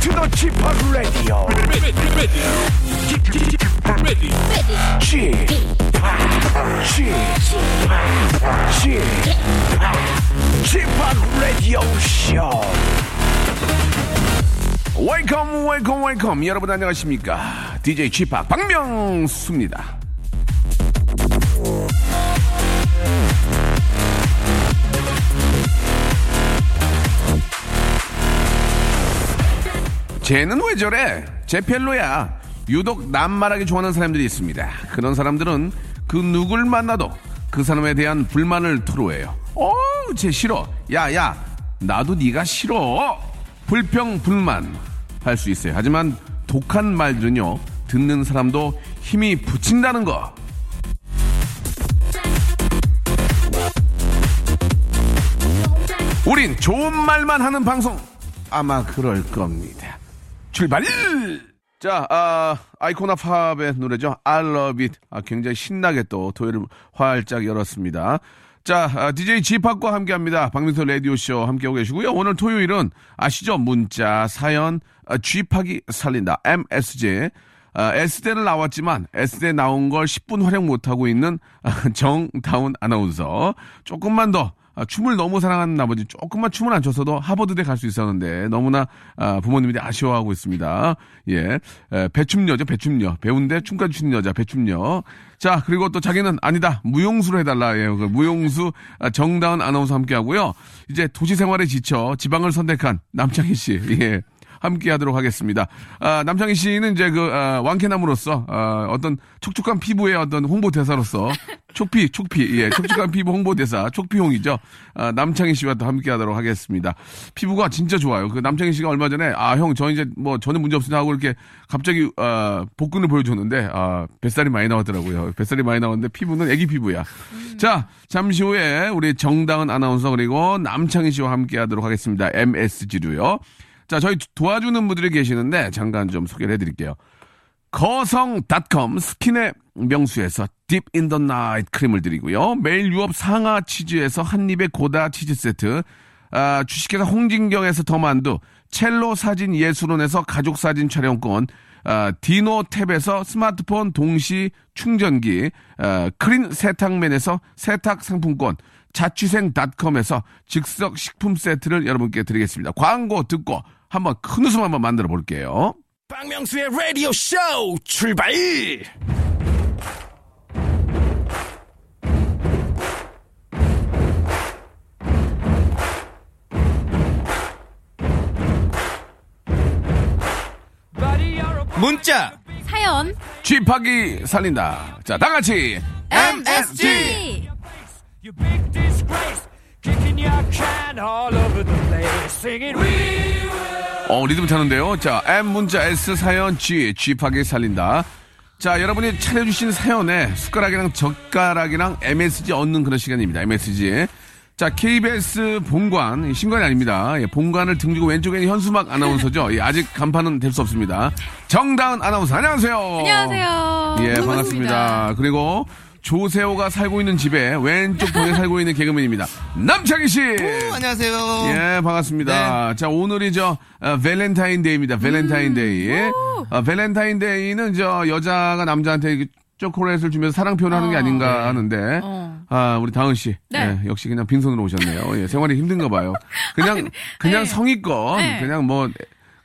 채널 지파 라디오 Ready, ready, ready, 지파 지파 지파 지파 라디오 쇼 웨이컴 웨이컴 웨이컴 여러분 안녕하십니까 DJ 지파 박명수입니다 쟤는 왜 저래? 쟤 별로야. 유독 남 말하기 좋아하는 사람들이 있습니다. 그런 사람들은 그 누굴 만나도 그 사람에 대한 불만을 토로해요. 어, 쟤 싫어. 야, 야, 나도 네가 싫어. 불평 불만 할 수 있어요. 하지만 독한 말들은요, 듣는 사람도 힘이 붙인다는 거. 우린 좋은 말만 하는 방송 아마 그럴 겁니다. 출발! 자, 아, 아이코나 팝의 노래죠. I love it. 아, 굉장히 신나게 또 토요일을 활짝 열었습니다. 자, 아, DJ 지팍과 함께 합니다. 박민서 라디오쇼 함께하고 계시고요. 오늘 토요일은 아시죠? 문자, 사연, 아, 쥐팍이 살린다. MSG. 아, S대는 나왔지만 S대 나온 걸 10분 활용 못하고 있는 아, 정다운 아나운서. 조금만 더 아, 춤을 너무 사랑하는 아버지 조금만 춤을 안 췄어도 하버드대 갈 수 있었는데 너무나 아, 부모님들이 아쉬워하고 있습니다. 예, 에, 배춤녀죠 배춤녀 배운데 춤까지 추는 여자 배춤녀. 자 그리고 또 자기는 아니다 무용수로 해달라 예, 그 무용수 아, 정다은 아나운서 함께하고요. 이제 도시 생활에 지쳐 지방을 선택한 남창희 씨. 예. 함께 하도록 하겠습니다. 아, 남창희 씨는 이제 그, 아, 왕캐남으로서, 아, 어떤 촉촉한 피부의 어떤 홍보대사로서, 촉피, 촉피, 예, 촉촉한 피부 홍보대사, 촉피홍이죠. 아, 남창희 씨와 또 함께 하도록 하겠습니다. 피부가 진짜 좋아요. 그 남창희 씨가 얼마 전에, 아, 형, 저 이제 뭐, 전혀 문제 없으니 하고 이렇게 갑자기, 아, 복근을 보여줬는데, 아, 뱃살이 많이 나왔더라고요. 뱃살이 많이 나왔는데 피부는 애기 피부야. 자, 잠시 후에 우리 정다은 아나운서 그리고 남창희 씨와 함께 하도록 하겠습니다. MSG로요. 자, 저희 도와주는 분들이 계시는데 잠깐 좀 소개를 해드릴게요. 거성닷컴 스킨의 명수에서 딥 인 더 나이트 크림을 드리고요. 매일 유업 상하 치즈에서 한입의 고다 치즈 세트. 아, 주식회사 홍진경에서 더만두. 첼로 사진 예술원에서 가족 사진 촬영권. 아, 디노 탭에서 스마트폰 동시 충전기. 아, 크린 세탁맨에서 세탁 상품권. 자취생닷컴에서 즉석 식품 세트를 여러분께 드리겠습니다. 광고 듣고 한번 큰 웃음 한번 만들어 볼게요. 박명수의 라디오 쇼 출발! 문자 사연 쥐파기 살린다. 자, 다 같이 MSG. MSG You big disgrace, kicking your can all over the place, singing we. 어, 리듬 타는데요. 자, M 문자 S 사연 G 쥐파기 살린다. 자, 여러분이 차려주신 사연에 숟가락이랑 젓가락이랑 MSG 얻는 그런 시간입니다. MSG. 자, KBS 본관, 이 신관이 아닙니다. 예, 본관을 등지고 왼쪽에는 현수막 아나운서죠. 예, 아직 간판은 될 수 없습니다. 정다은 아나운서, 안녕하세요. 안녕하세요 예, 반갑습니다. 그리고 조세호가 살고 있는 집에 왼쪽 방에 살고 있는 개그맨입니다. 남창희 씨. 안녕하세요. 예, 반갑습니다. 자, 오늘이 저 어, 밸렌타인데이입니다. 밸렌타인데이. 어, 밸렌타인데이는 저 여자가 남자한테 이렇게 초콜릿을 주면서 사랑 표현하는 게 어. 아닌가 하는데 어. 아 우리 다은 씨 네. 예, 역시 그냥 빈손으로 오셨네요. 예, 생활이 힘든가 봐요. 그냥 그냥 네. 성의껏 네. 그냥 뭐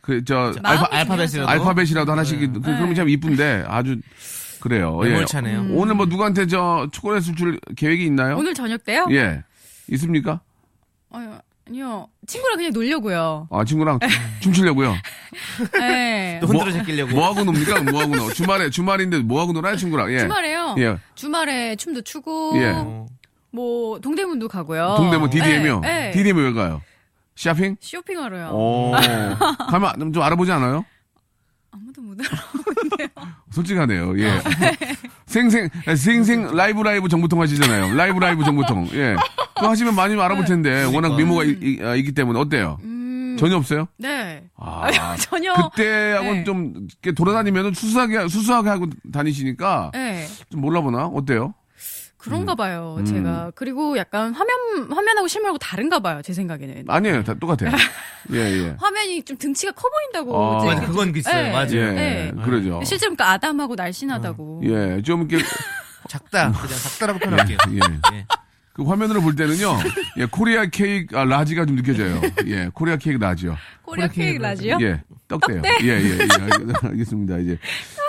그 저 마음이 알파, 알파벳이라도. 네. 알파벳이라도 하나씩 그- 그러면 참 이쁜데 아주 그래요. 예. 매몰차네요. 음. 오늘 뭐 누구한테 저 초콜릿을 줄 계획이 있나요? 오늘 저녁 때요? 예 있습니까? 아유, 아니요 친구랑 그냥 놀려고요 아 친구랑 춤추려고요. 네. 또 흔들어 제끼려고. 뭐 하고 놉니까? 뭐 하고 놀? 주말에 주말인데 뭐 하고 놀아요, 친구랑? 예. 주말에요 예. 주말에 춤도 추고 예. 뭐 동대문도 가고요 어. 동대문 DDM이요. 어. 네, 네. DDM 왜 가요? 쇼핑? 쇼핑하러요 오. 가면 좀, 좀 알아보지 않아요? 아무도 못 알아 솔직하네요. 예. 아. 생생 생생 라이브 라이브 정보통 하시잖아요. 라이브 라이브 정보통. 예. 그거 하시면 많이 알아볼 텐데 그러니까. 워낙 미모가 이, 이- 아, 있기 때문에 어때요? 전혀 없어요? 네 아. 음. 아유, 전혀 그때하고 네. 좀 이렇게 돌아다니면 수수하게 수수하게 하고 다니시니까 네. 좀 몰라보나 어때요? 그런가 봐요, 음. 제가. 그리고 약간 화면, 화면하고 실물하고 다른가 봐요, 제 생각에는. 아니에요, 다 똑같아요. 예, 예. 화면이 좀 등치가 커 보인다고. 아. 어, 이제 맞아, 이렇게 그건 좀- 있어요. 맞아요. 예, 네. 그러죠. 실제로 그러니까 아담하고 날씬하다고. 예, 좀 이렇게 작다. 음. 그냥 작다라고 표현할게요. 예. 네. 예. 그 화면으로 볼 때는요, 예, 코리아 케이크 아, 라지가 좀 느껴져요. 예, 코리아 케이크 라지요. 코리아 케이크 라지요? 예, 떡대요. 예, 예, 예, 알- 알겠습니다. 이제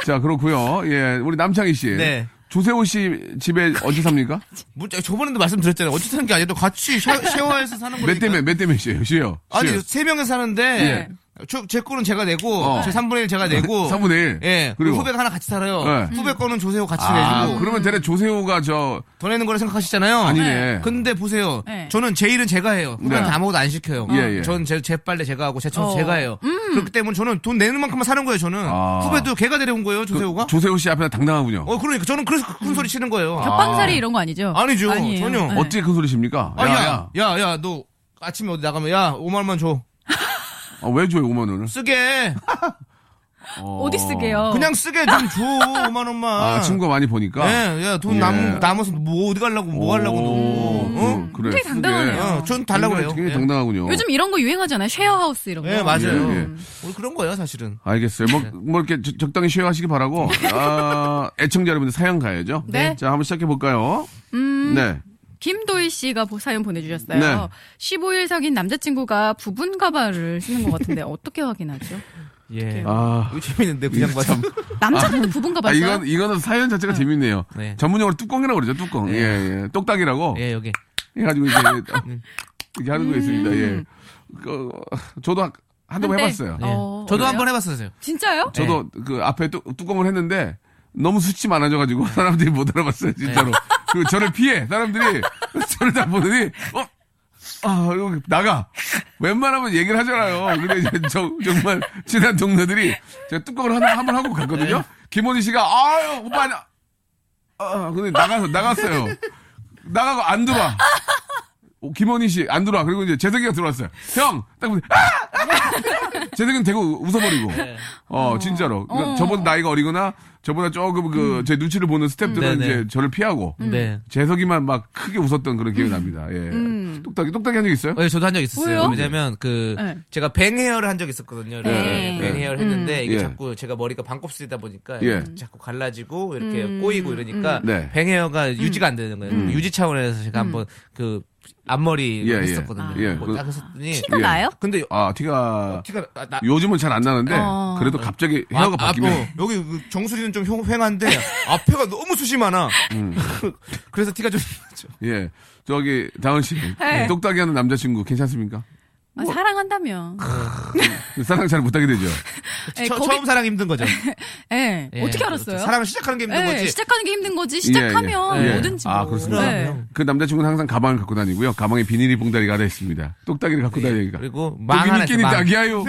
자 그렇고요. 예, 우리 남창희 씨, 네. 조세호 씨 집에 어디 삽니까? 문, 아, 저번에도 말씀드렸잖아요. 어찌 사는 게 아니라 같이 샤, 쉐어해서 사는 거니까. 몇 대몇몇 대몇이에요, 씨요? 아니, 세 명이 사는데 저- 제 거는 제가 내고 어. 제 3분의 1 제가 내고 3분의 1. 예. 그리고 그리고 후배가 하나 같이 살아요. 네. 후배 거는 조세호 같이 아, 내고 그러면 대략 조세호가 저 더 내는 거라 생각하시잖아요. 아니네. 근데 보세요. 네. 저는 제 일은 제가 해요. 후배한테 네. 아무것도 안 시켜요. 예, 예. 저는 제, 제 빨래 제가 하고 제 청소 어. 제가 해요. 그렇기 때문에 저는 돈 내는 만큼만 사는 거예요. 저는 아. 그 후배도 걔가 데려온 거예요. 조세호가. 조세호 씨 앞에서 당당하군요. 뭐? 어 그러니까 저는 그래서 큰 소리 치는 거예요. 겹방살이 이런 거 아니죠? 아니죠. 아니에요. 전혀. 네. 어찌 그 소리십니까? 아, 야, 야, 야, 너 아침에 어디 나가면 야, 5만 원만 줘. 아, 왜 줘요 5만 원을? 쓰게. 어디 쓰게요? 그냥 쓰게 좀 줘. 5만 원만. 아, 친구가 많이 보니까. 예, 야, 돈 예. 남, 남아서 뭐 어디 가려고, 뭐 하려고, 오, 너. 어? 그- 그래. 굉장히 음. 당당하네요. 쓰게. 어, 전 달라고 굉장히- 그래요. 굉장히 예. 당당하군요. 요즘 이런 거 유행하잖아요. 쉐어하우스 이런 거. 예, 맞아요. 예, 예. 우리 그런 거예요, 사실은. 알겠어요. 네. 뭐, 뭐 이렇게 적- 적당히 쉬어하시기 바라고. 아, 애청자 여러분들 사연 가야죠. 네. 음. 자, 한번 시작해 볼까요? 네. 김도희 씨가 보- 사연 보내주셨어요. 네. 15일 사귄 남자친구가 부분 가발을 쓰는 것 같은데 어떻게 확인하죠? 예. 아, 이거 재밌는데, 그냥 이거 봐. 참. 남자들도 부분 아 가발 써요? 음. 이건 이거는 사연 자체가 재밌네요. 네. 전문용어로 뚜껑이라고 그러죠. 뚜껑. 네. 예, 예. 똑딱이라고. 예, 여기. 해가지고 이제 음. 이렇게 하는 거 있습니다. 예. 그, 저도 한- 한두 번 한때? 해봤어요. 예. 어, 저도 그래요? 한 번 해봤었어요. 진짜요? 저도 그 앞에 뚜, 뚜껑을 했는데 너무 수치 많아져가지고 사람들이 못 알아봤어요 네. 진짜로. 그리고 저를 피해 사람들이 저를 다 보더니 어. 아, 이거 나가. 웬만하면 얘기를 하잖아요. 근데 이제 저, 정말 친한 동료들이 제가 뚜껑을 하나 한번 하고 갔거든요. 네. 김원희 씨가 아유 오빠 나- 아 근데 나가서 나갔어요. 나가고 안 들어와. 오, 김원희 씨 안 들어와. 그리고 이제 재석이가 들어왔어요. 형, 딱 보니 아! 재석이는 대고 웃어버리고. 네. 어, 진짜로. 그러니까 어. 저보다 나이가 어리거나 저보다 조금 그 제 눈치를 보는 스탭들은 음. 네네. 이제 저를 피하고 음. 네. 재석이만 막 크게 웃었던 그런 기억이 납니다. 예. 음. 똑딱이 똑딱이 한 적 있어요? 예, 저도 한 적 있었어요. 왜요? 왜냐면 그 네. 제가 뱅 헤어를 한 적 있었거든요. 이렇게 네. 뱅 헤어를 했는데 이게 예. 자꾸 제가 머리가 반곱슬이다 보니까 예. 자꾸 갈라지고 이렇게 음, 꼬이고 이러니까 네. 음. 뱅 헤어가 유지가 안 되는 거예요. 유지 차원에서 음. 제가 한번 그 앞머리 예, 예. 했었거든요. 예. 뭐딱 했었더니 티가 예. 나요? 근데 아, 티가 티가 아, 나, 나- 요즘은 잘 안 나는데 어. 아, 뭐. 그래도 갑자기 헤어가 앞- 바뀌면 앞- 어, 여기 그 정수리는 좀 형- 휑한데 앞에가 너무 숱이 많아. 음. 그래서 티가 좀 나죠. 예. 저기 다은 씨 예, 네. 똑딱이 하는 남자친구 괜찮습니까? 아, 사랑한다며. 사랑 잘 못하게 되죠. 예, 처- 거기- 처음 사랑 힘든 거죠. 예. 예, 어떻게 그렇죠. 알았어요? 사랑을 시작하는 게 힘든 예, 거지. 시작하는 게 힘든 거지. 시작하면 예, 예. 뭐든지. 아, 뭐. 그렇습니다. 예. 그 남자친구는 항상 가방을 갖고 다니고요. 가방에 비닐이 봉다리가 하나 있습니다. 똑딱이를 갖고 예, 다니니까. 그리고 망 하나 떡이니끼리 있어요, 망. 닭이야요.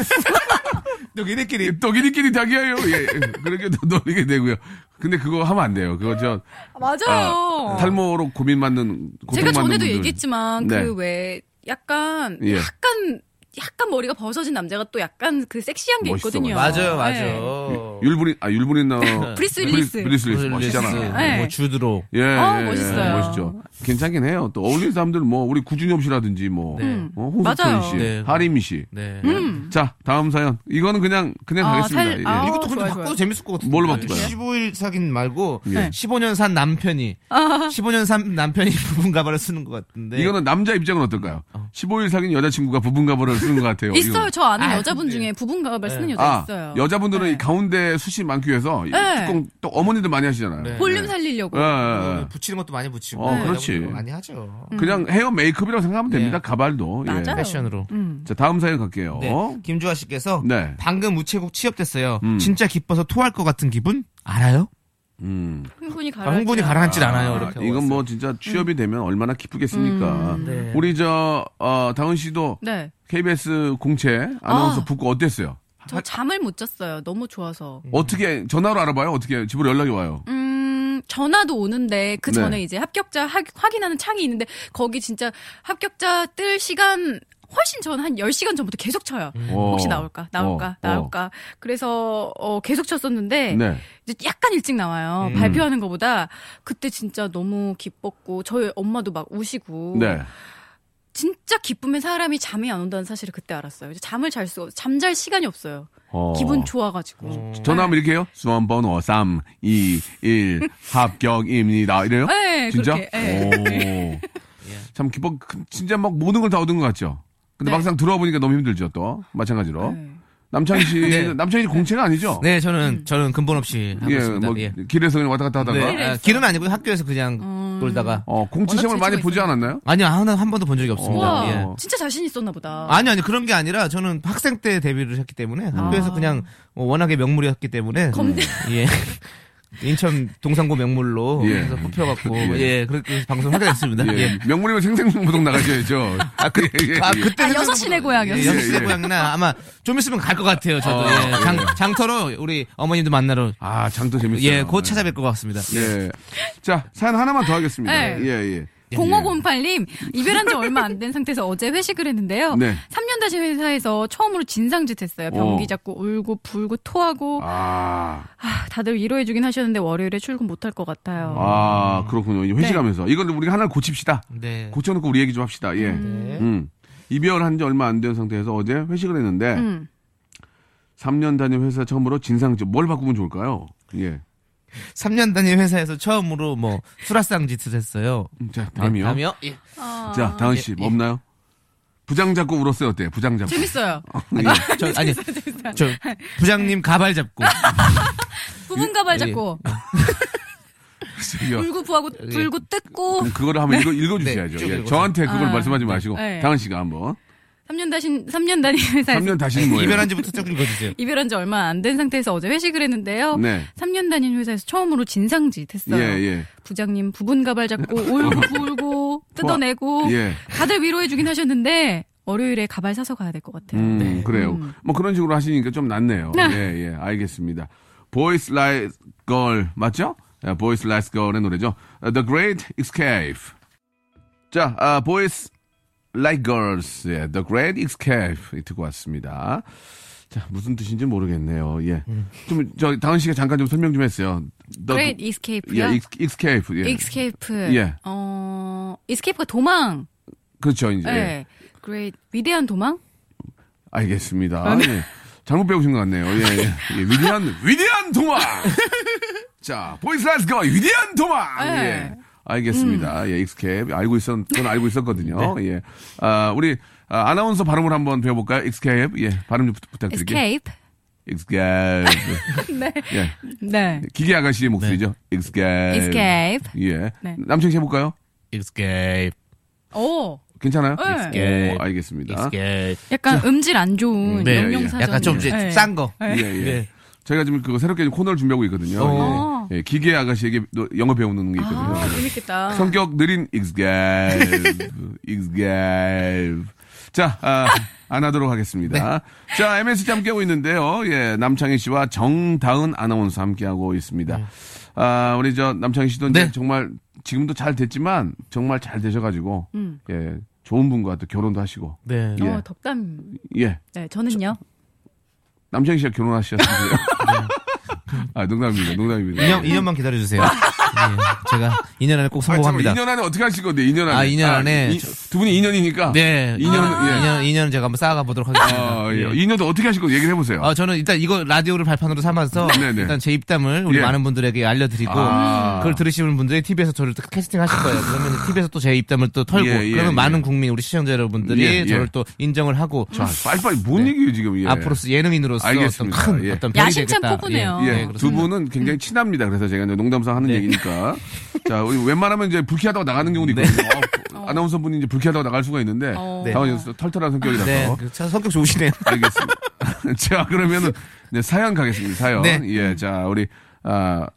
너희들끼리 떡이니끼리 닭이야요. 예, 그렇게 놀리게 되고요. 근데 그거 하면 안 돼요. 그거 저 맞아요. 아, 탈모로 고민 받는 고통 어. 제가 받는 전에도 분들. 얘기했지만 네. 그 왜 약간 예. 약간 약간 머리가 벗어진 남자가 또 약간 그 섹시한 게 멋있어, 있거든요. 맞아요, 예. 맞아요. 율브린 아 율브린 나 브리스 윌리스. 브리스 윌리스 릴리스, 멋있잖아. 네. 뭐 주드로. 예, 어, 예, 멋있어요. 예, 멋있죠. 괜찮긴 해요. 또 어울리는 사람들 뭐 우리 구준엽 씨라든지 뭐 네. 어, 홍석천 음. 맞아요. 씨, 네. 하림 씨. 네. 음, 자 다음 사연. 이거는 그냥 그냥 아, 가겠습니다. 살- 예. 아, 이것도 근데 좋아요, 바꿔도 좋아요. 재밌을 것 같은데. 뭘로 바꿀까요? 네. 15일 사귄 말고 예. 15년 산 남편이 아. 15년 산 남편이 부분 가발을 쓰는 것 같은데. 이거는 남자 입장은 어떨까요? 15일 사귄 여자친구가 부분가발을 쓰는 것 같아요. 있어요. 이거는. 저 아는 여자분 중에 부분 가발 쓰는 여자 예, 아, 있어요. 여자분들은 네. 이 가운데 숱이 많기 위해서 이 네. 뚜껑 또 어머니들 많이 하시잖아요. 네. 볼륨 살리려고. 예, 예, 예. 뭐 붙이는 것도 많이 붙이고. 네, 어, 여자분들 그렇지. 많이 하죠. 음. 그냥 헤어 메이크업이라고 생각하면 됩니다. 네. 가발도. 예. 맞아요. 패션으로. 자 다음 사연 갈게요. 네. 김주아 씨께서 어? 네. 방금 우체국 취업됐어요. 진짜 기뻐서 토할 것 같은 기분? 알아요? 음. 흥분이 가라. 흥분이 가라앉질 않아요. 아, 이렇게 이건 뭐 진짜 취업이 되면 얼마나 기쁘겠습니까. 음, 네. 우리 저 어, 다은 씨도 네. KBS 공채 아나운서 아. 붙고 어땠어요? 저 잠을 못 잤어요. 너무 좋아서. 어떻게 전화로 알아봐요? 어떻게 집으로 연락이 와요? 음, 전화도 오는데 그 전에 네. 이제 합격자 하- 확인하는 창이 있는데 거기 진짜 합격자 뜰 시간 훨씬 전 한 10시간 전부터 계속 쳐요. 네, 혹시 어. 나올까? 나올까? 어. 나올까? 그래서 어, 계속 쳤었는데 네. 이제 약간 일찍 나와요. 발표하는 것보다 그때 진짜 너무 기뻤고 저희 엄마도 막 우시고 네. 진짜 기쁨에 사람이 잠이 안 온다는 사실을 그때 알았어요. 이제 잠을 잘 수가 없- 잠잘 시간이 없어요. 어. 기분 좋아가지고. 네. 전화하면 이렇게 해요? 수험번호 3, 2, 1, 합격입니다. 이래요? 네, 진짜? 그렇게, 네. 오. 참 기뻐, 그- 진짜 막 모든 걸 다 얻은 것 같죠? 근데 네. 막상 들어보니까 너무 힘들죠, 또. 마찬가지로. 네. 남창희 씨, 네. 남창희 씨 공채가 아니죠? 네, 저는 저는 근본 없이 하고 예, 있습니다. 뭐, 예. 길에서 그냥 왔다 갔다 하다가. 네, 아, 길은 아니고 학교에서 그냥 음. 놀다가 어, 공채 시험을 많이 재주가 보지 않았나요? 아니요 하나 한 번도 본 적이 어. 없습니다. 와, 예. 진짜 자신 있었나 보다. 아니 아니 그런 게 아니라 저는 학생 때 데뷔를 했기 때문에 학교에서 그냥 어, 워낙에 명물이었기 때문에 아. 검대. 음, 예. 인천 동산고 명물로 예. 그래서 뽑혀갖고 예, 그렇게 방송 하게 됐습니다. 예. 예. 명물이면 생생부동 나가셔야죠. 아, 그, 아 그때 아, 여섯 시내 고향이었어요. 여섯 시내 예. 고향이나 아마 좀 있으면 갈 것 같아요. 저도 어, 예. 장, 장터로 우리 어머님도 만나러 아, 장도 재밌어요. 예 곧 찾아뵐 것 같습니다. 예. 자, 사연 하나만 더 하겠습니다. 네. 예, 예. 0508님 이별한 지 얼마 안 된 상태에서 어제 회식을 했는데요. 네. 3년 다시 회사에서 처음으로 진상짓했어요. 어. 변기 잡고 울고 불고 토하고 아, 아, 다들 위로해주긴 하셨는데 월요일에 출근 못할 것 같아요. 아, 그렇군요. 이 네. 회식하면서. 이걸 우리가 하나 고칩시다. 네. 고쳐놓고 우리 얘기 좀 합시다. 예. 음. 이별한 지 얼마 안 된 상태에서 어제 회식을 했는데, 음. 3년 단위 회사 처음으로 진상짓, 뭘 바꾸면 좋을까요? 예. 3년 단위 회사에서 처음으로 뭐 수라상 짓을 했어요. 음, 자, 다음이요. 예. 아. 자, 다은 씨, 예, 뭐 예. 없나요? 부장 잡고 울었어요, 어때? 부장 잡고. 재밌어요. 아니, 네, 저, 아니, 저 부장님 가발 잡고 부분 예, 가발 잡고 이거- 울고 부하고 예. 불고 뜯고 그럼 그거를 한번 읽어, 읽어주셔야죠. 네, 쭉 예, 읽어주세요. 저한테 그걸 아, 말씀하지 마시고, 네. 다은 씨가 한번. 3년 다시 3년 단위 회사에서 3년 다시는 뭐예요? 네. 이별한 지부터 쭉 읽어주세요. 이별한 지 얼마 안 된 상태에서 어제 회식을 했는데요. 네. 3년 다닌 회사에서 처음으로 진상짓 했어요. 예, 예. 부장님 부분 가발 잡고 울고 불고 뜯어내고 예. 다들 위로해주긴 하셨는데 월요일에 가발 사서 가야 될 것 같아요. 네. 음, 그래요. 뭐 그런 식으로 하시니까 좀 낫네요. 예, 예, 알겠습니다. 보이스 라이 걸 맞죠? 예, 보이스 라이 걸의 노래죠. 아, The Great Escape. 자, 아, 보이스 라이 걸스의 예, The Great Escape 듣고 왔습니다. 자, 무슨 뜻인지 모르겠네요. 예. 좀, 저, 다은 씨가 잠깐 좀 설명 좀 했어요. The, Great Escape요. 예, 익- Escape. 예. Escape. 예. 어, Escape가 도망. 그렇죠, 이제. 예. Great 위대한 도망? 알겠습니다. 아, 네. 예. 잘못 배우신 것 같네요. 예, 예. 예, 위대한, 위대한 도망! 자, 보이스라이스 거, 위대한 도망! 네. 음. 예. 알겠습니다. 예, 익스캡. 알고 있었, 저는 알고 있었거든요. 네. 예. 아, 우리, 아, 나운서 발음을 한번 배워볼까요? 익스캡. 예, 발음 좀 부- 부탁드릴게요. Escape. 익스캡. 네. 예. 네. 기계 아가씨의 목소리죠. 익스캡. Escape. 예. 네. 남창 씨 해볼까요? Escape, 오. 괜찮아요? 네. 오, 알겠습니다. escape. 약간 음질 안 좋은 네, 예. 영영 사전. 약간 좀 이제 싼 거. 네, 예, 예. 저희가 지금 그 새롭게 지금 코너를 준비하고 있거든요. 어. 예. 예, 기계 아가씨에게 노- 영어 배우는 게 있거든요. 아, 재밌겠다. 성격 느린 익스갤 익스갤 자, 아, 안 하도록 하겠습니다. 네. 자, MSG 함께하고 있는데요. 예, 남창희 씨와 정다은 아나운서 함께하고 있습니다. 아, 우리 저 남창희 씨도 이제 네. 정말 지금도 잘 됐지만 정말 잘 되셔가지고 음. 예, 좋은 분과 또 결혼도 하시고 네. 예. 어, 덕담. 예, 네, 저는요. 남창희 씨가 결혼하셨는데요. 아, 농담입니다, 농담입니다. 2년, 2년만 기다려주세요. 예, 제가 2년 안에 꼭 아, 잠깐만, 성공합니다. 2년 안에 어떻게 하실 건데, 2년 안에. 아, 2년 안에 이- 두 분이 2년이니까. 네. 2년, 예. 2년, 2년 제가 한번 쌓아가 보도록 하겠습니다. 어, 예. 예. 2년도 어떻게 하실 거 얘기를 해보세요. 아, 저는 일단 이거 라디오를 발판으로 삼아서 네네. 일단 제 입담을 우리 예. 많은 분들에게 알려드리고 아. 그걸 들으시는 분들이 TV에서 저를 또 캐스팅하실 거예요. 그러면 TV에서 또 제 입담을 또 털고 예, 예, 그러면 예. 많은 국민 우리 시청자 여러분들이 예, 예. 저를 또 인정을 하고 자, 아, 빨리빨리 뭔 얘기예요, 지금. 예. 네. 앞으로서 예능인으로서 알겠습니다. 어떤 큰 예. 어떤 별이 야심찬 되겠다. 포부네요. 예, 네, 두 그렇습니다. 분은 굉장히 친합니다. 그래서 제가 이제 농담상 하는 네. 얘기니까. 자, 우리 웬만하면 이제 불쾌하다고 나가는 경우도 있거든요. 어, 아나운서 분이 이제 불쾌하다고 나갈 수가 있는데, 어. 네. 당연히 네. 털털한 성격이라서. 네, 그 참 성격 좋으시네요. 알겠습니다. 자, 그러면은, 네, 사연 가겠습니다, 사연. 네. 예, 자, 우리, 아,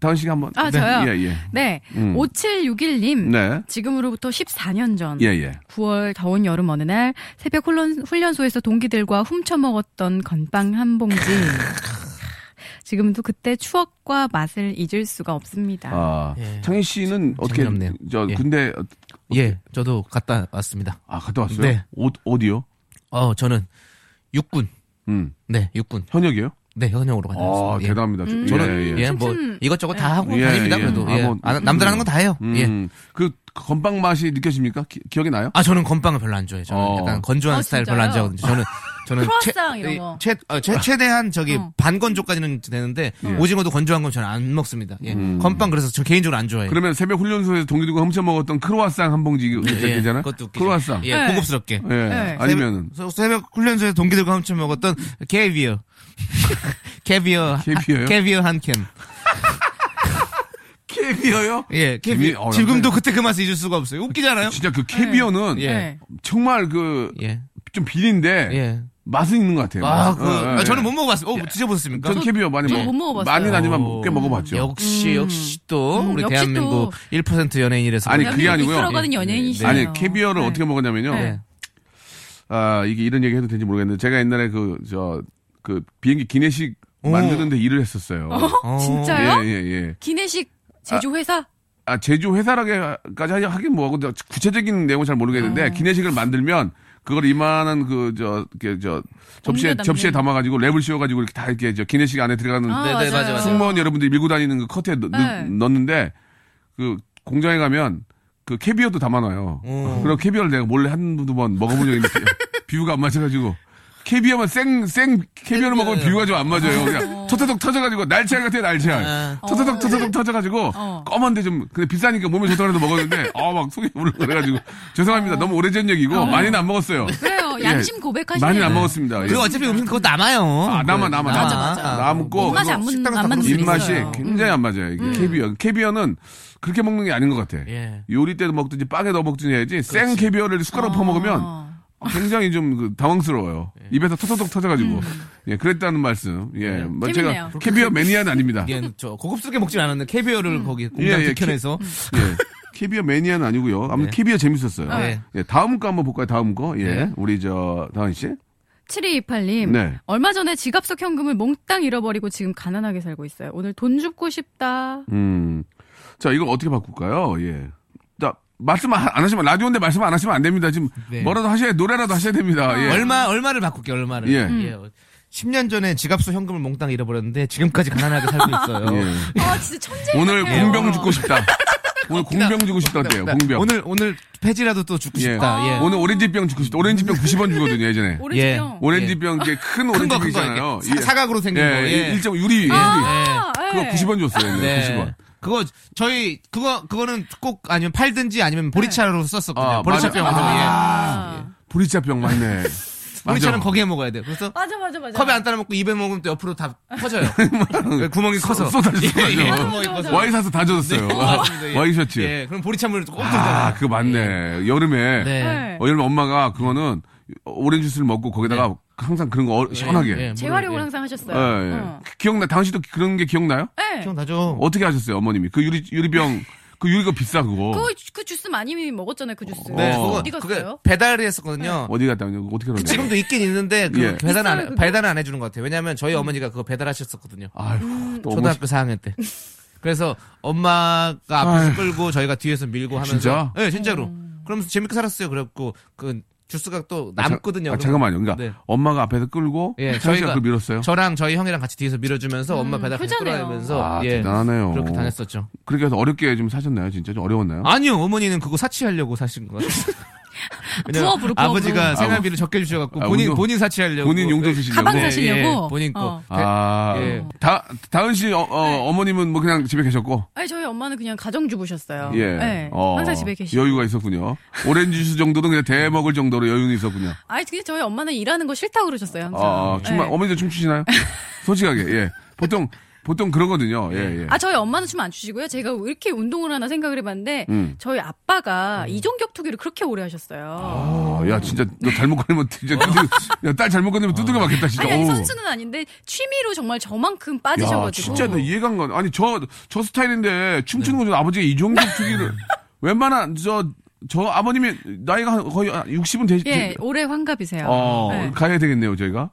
다은 씨가 한 번. 아, 저요? 예, 예. 네. 음. 5761님. 네. 지금으로부터 14년 전. 예, 예. 9월 더운 여름 어느 날 새벽 훈련, 훈련소에서 동기들과 훔쳐 먹었던 건빵 한 봉지. 지금도 그때 추억과 맛을 잊을 수가 없습니다. 아, 예. 창희 씨는 어떻게 재미없네요. 저 예. 군대 예, 저도 갔다 왔습니다. 아 갔다 왔어요? 네. 옷 어디요? 어, 저는 육군. 음 네, 육군. 현역이요? 네, 현역으로 갔다 아 왔습니다. 예. 대단합니다. 저는 예, 뭐 참- 이것저것 다 하고 예, 다닙니다. 예. 그래도 아, 예. 뭐- 아, 남들 하는 건 다 해요. 음, 예. 그 건빵 맛이 느껴집니까? 기, 기억이 나요? 아, 저는 건빵을 별로 안 좋아해요. 저는 어. 약간 건조한 아, 스타일 별로 안 진짜요? 좋아하거든요. 저는 저는 크로와상 이런 거. 최, 어, 최, 최대한 저기 어. 반건조까지는 되는데 예. 오징어도 건조한 건 저는 안 먹습니다. 예. 음. 건빵 그래서 저 개인적으로 안 좋아해요. 그러면 새벽 훈련소에서 동기들과 훔쳐 먹었던 크로와상 한 봉지 예, 예. 괜찮아요? 그것도 웃기죠. 크로와상. 예, 네. 고급스럽게. 예. 아니면은 새벽, 소- 새벽 훈련소에서 동기들과 함께 먹었던 캐비어. 캐비어. 캐비어요? 아, 캐비어 한 캔. 캐비어요? 예, 재미- 캐비어. 어, 지금도 남편이- 그때 그 맛을 잊을 수가 없어요. 웃기잖아요. 진짜 그 캐비어는 예. 네. 정말 그 좀 예. 비린데 예. 맛은 있는 것 같아요. 아, 맛. 그, 예, 예, 아, 저는 예. 못 먹어봤어요. 어, 드셔보셨습니까? 전 캐비어 많이 저 먹 못 먹어봤어요. 많이 아니지만 꽤 먹어봤죠. 역시, 역시 또, 음, 우리 역시 대한민국 또. 1% 연예인이라서. 아니, 그래요. 그게 아니고요. 들어가는 연예인이시죠. 아니 캐비어를 네. 어떻게 먹었냐면요. 네. 아 이게 이런 얘기 해도 되는지 모르겠는데 제가 옛날에 그 저 그 비행기 기내식 만드는데 일을 했었어요. 어. 진짜요? 예, 예, 예. 기내식 제조 회사? 아, 제주 회사라기까지 하- 하긴 뭐하고 구체적인 내용은 잘 모르겠는데 어. 기내식을 만들면 그걸 이만한 그 저 이렇게 저 접시에 남는. 접시에 담아가지고 랩을 씌워가지고 이렇게 다 이렇게 저 기내식 안에 들어가는 아, 네, 네, 맞아요, 맞아요. 승무원 여러분들이 밀고 다니는 그 컷에 넣, 네. 는데그 공장에 가면 그 캐비어도 담아놔요. 오. 그럼 캐비어를 내가 몰래 한두 번 먹어본 적이 있는데 비유가 안 맞아가지고 캐비어만 생 생 캐비어를 네. 먹으면 비유가 좀 안 맞아요. 그냥 터터덕 터져가지고 날치알 같아요 날치알. 아. 터터덕 터터덕 터져가지고 어. 검은데 좀 근데 비싸니까 몸에 좋다고 해서 먹었는데 아 막 속이 울렁거려가지고 죄송합니다. 너무 오래전 얘기고 많이는 안 먹었어요. 그래요. 양심 네. 고백하시네요. 예. 많이는 안 먹었습니다. 예. 그리고 어차피 음식 그거 남아요. 아, 남아, 남아, 남아. 남아. 남고 입맛이 안, 문, 안 맞는 분이 입맛이 있어요. 음. 굉장히 안 맞아요. 이게 캐비어. 캐비어는 그렇게 먹는 게 아닌 것 같아. 예. 요리 때도 먹든지 빵에 넣어 먹든지 해야지 생 캐비어를 숟가락 퍼먹으면 아. 예. 굉장히 좀그 당황스러워요. 입에서 터터덕 터져가지고. 예, 그랬다는 말씀. 예. 뭐 제가 음. 재밌네요. 캐비어 매니아는 아닙니다. 예. 예, 저 고급스럽게 먹진 않았는데 음. 캐비어를 거기 공장 예, 예, 특현에서 캐비어 매니아는 아니고요. 아무튼 예. 네. 캐비어 재밌었어요. 네. 예, 다음 거 한번 볼까요? 다음 거. 예. 네. 우리 저 다은 씨. 7228님. 네. 얼마 전에 지갑 속 현금을 몽땅 잃어버리고 지금 가난하게 살고 있어요. 오늘 돈 줍고 싶다. 음. 자, 이걸 어떻게 바꿀까요? 예. 자, 말씀 안 안 하시면 라디오인데 말씀 안 하시면 안 됩니다. 지금 네. 뭐라도 하셔야 노래라도 하셔야 됩니다. 예. 얼마 얼마를 바꿀게 요 얼마를. 예. 예. 음. 10년 전에 지갑수 현금을 몽땅 잃어버렸는데 지금까지 가난하게 살고 있어요. 예. 아, 진짜 천재. 오늘 네. 공병 어. 죽고 싶다. 오늘 공병 주고 싶다 어때요? 공병. 오늘 오늘 폐지라도 또 죽고 예. 싶다. 예. 오늘 오렌지병 주고 싶다. 오렌지병 90원 주거든요, 예전에. 오렌지 예. 형. 오렌지병 이게 큰 큰 거, 큰 거, 오렌지병이잖아요. 이렇게 사- 사각으로 생긴 예, 거, 예. 예. 1점 유리. 유리. 아, 그거 예. 90원 줬어요. 네. 90원. 그거 저희 그거 그거는 꼭 아니면 팔든지 아니면 보리차로 썼었거든요. 아, 보리차병 맞아. 예. 아, 아. 보리차병 맞네. 예. 보리차는 맞아. 거기에 먹어야 돼. 그래서 맞아, 맞아, 맞아. 컵에 안 따라 먹고 입에 먹으면 또 옆으로 다 퍼져요. 그 구멍이 커서 쏟아져, 쏟아져. 예, 예, 맞아, 구멍이 맞아. 커서. 와이사스 다 젖었어요. 와- 맞습니다, 예. 와이셔츠. 예, 그럼 보리차물 꼭 아, 들잖아. 그거 맞네. 여름에. 네. 네. 어, 여름에 엄마가 그거는 오렌지 주스를 먹고 거기다가 항상 그런 거 어- 시원하게. 예, 예, 재활용을 예. 항상 하셨어요. 예, 예. 어. 기- 기억나, 당신도 그런 게 기억나요? 예. 기억나죠? 어떻게 하셨어요, 어머님이? 그 유리, 유리병, 그 유리가 비싸, 그거. 그, 그 주스 많이 먹었잖아요, 그 주스. 네, 어. 그거 어디 그게 갔어요? 배달을 했었거든요. 어디 갔다 오냐, 어떻게 그러냐. 지금도 있긴 있는데 그 예. 배달은 있어요, 음. 안, 그거? 배달은 안 해주는 것 같아요. 왜냐하면 저희 어머니가 그거 배달하셨었거든요. 아휴, 음. 또 어머니. 초등학교 4학년 때. 그래서 엄마가 앞에서 아휴. 아, 끌고 저희가 뒤에서 밀고 하면서. 진짜? 네, 진짜로. 음. 그러면서 재밌게 살았어요. 그래갖고 그 주스가 또 남거든요. 아, 잠깐만요. 그러니까 네. 엄마가 앞에서 끌고 예, 창희 씨가 저희가- 그걸 밀었어요. 저랑 저희 형이랑 같이 뒤에서 밀어주면서 음, 엄마 배달 같이 효자네요. 끌어내면서 아, 예, 대단하네요. 그렇게 다녔었죠. 그렇게 해서 어렵게 좀 사셨나요? 진짜 좀 어려웠나요? 아니요, 어머니는 그거 사치하려고 사신 것 같아요. 왜냐면 부업으로, 부업으로. 아버지가 생활비를 적게 주셔갖고 아, 본인 운동- 본인 사치하려고 본인 용돈 쓰시려고. 가방 네, 사시려고? 예, 본인 거. 어. 아, 예. 다, 다은 씨, 어, 네. 머님은뭐 그냥 집에 계셨고. 아니, 저희 엄마는 그냥 가정주부셨어요. 예. 네, 어, 항상 집에 계시고. 여유가 있었군요. 오렌지 주스 정도는 그냥 대 먹을 정도로 여유는 있었군요. 아니, 근데 저희 엄마는 일하는 거 싫다고 그러셨어요, 항상. 아, 춤, 예. 어머니도 춤추시나요? 솔직하게, 예. 보통, 보통 그러거든요. 예, 예. 아, 저희 엄마는 춤 안 추시고요. 제가 왜 이렇게 운동을 하나 생각을 해봤는데, 음. 저희 아빠가 이종격투기를 그렇게 오래 하셨어요. 아, 야, 진짜, 너 잘못 걸리면, 진짜, 두들- 야, 딸 잘못 걸리면 두들겨 맞겠다, 진짜. 어. 아니, 아니, 어우. 선수는 아닌데, 취미로 정말 저만큼 야, 빠지셔가지고. 진짜 나 이해가 안 가. 아니, 저, 저 스타일인데, 네. 춤추는 거죠. 아버지가 이종격 투기를. 웬만한, 저, 저 아버님이 나이가 한 거의 60은 되시, 예, 올해 환갑이세요. 어, 예, 네. 가야 되겠네요, 저희가.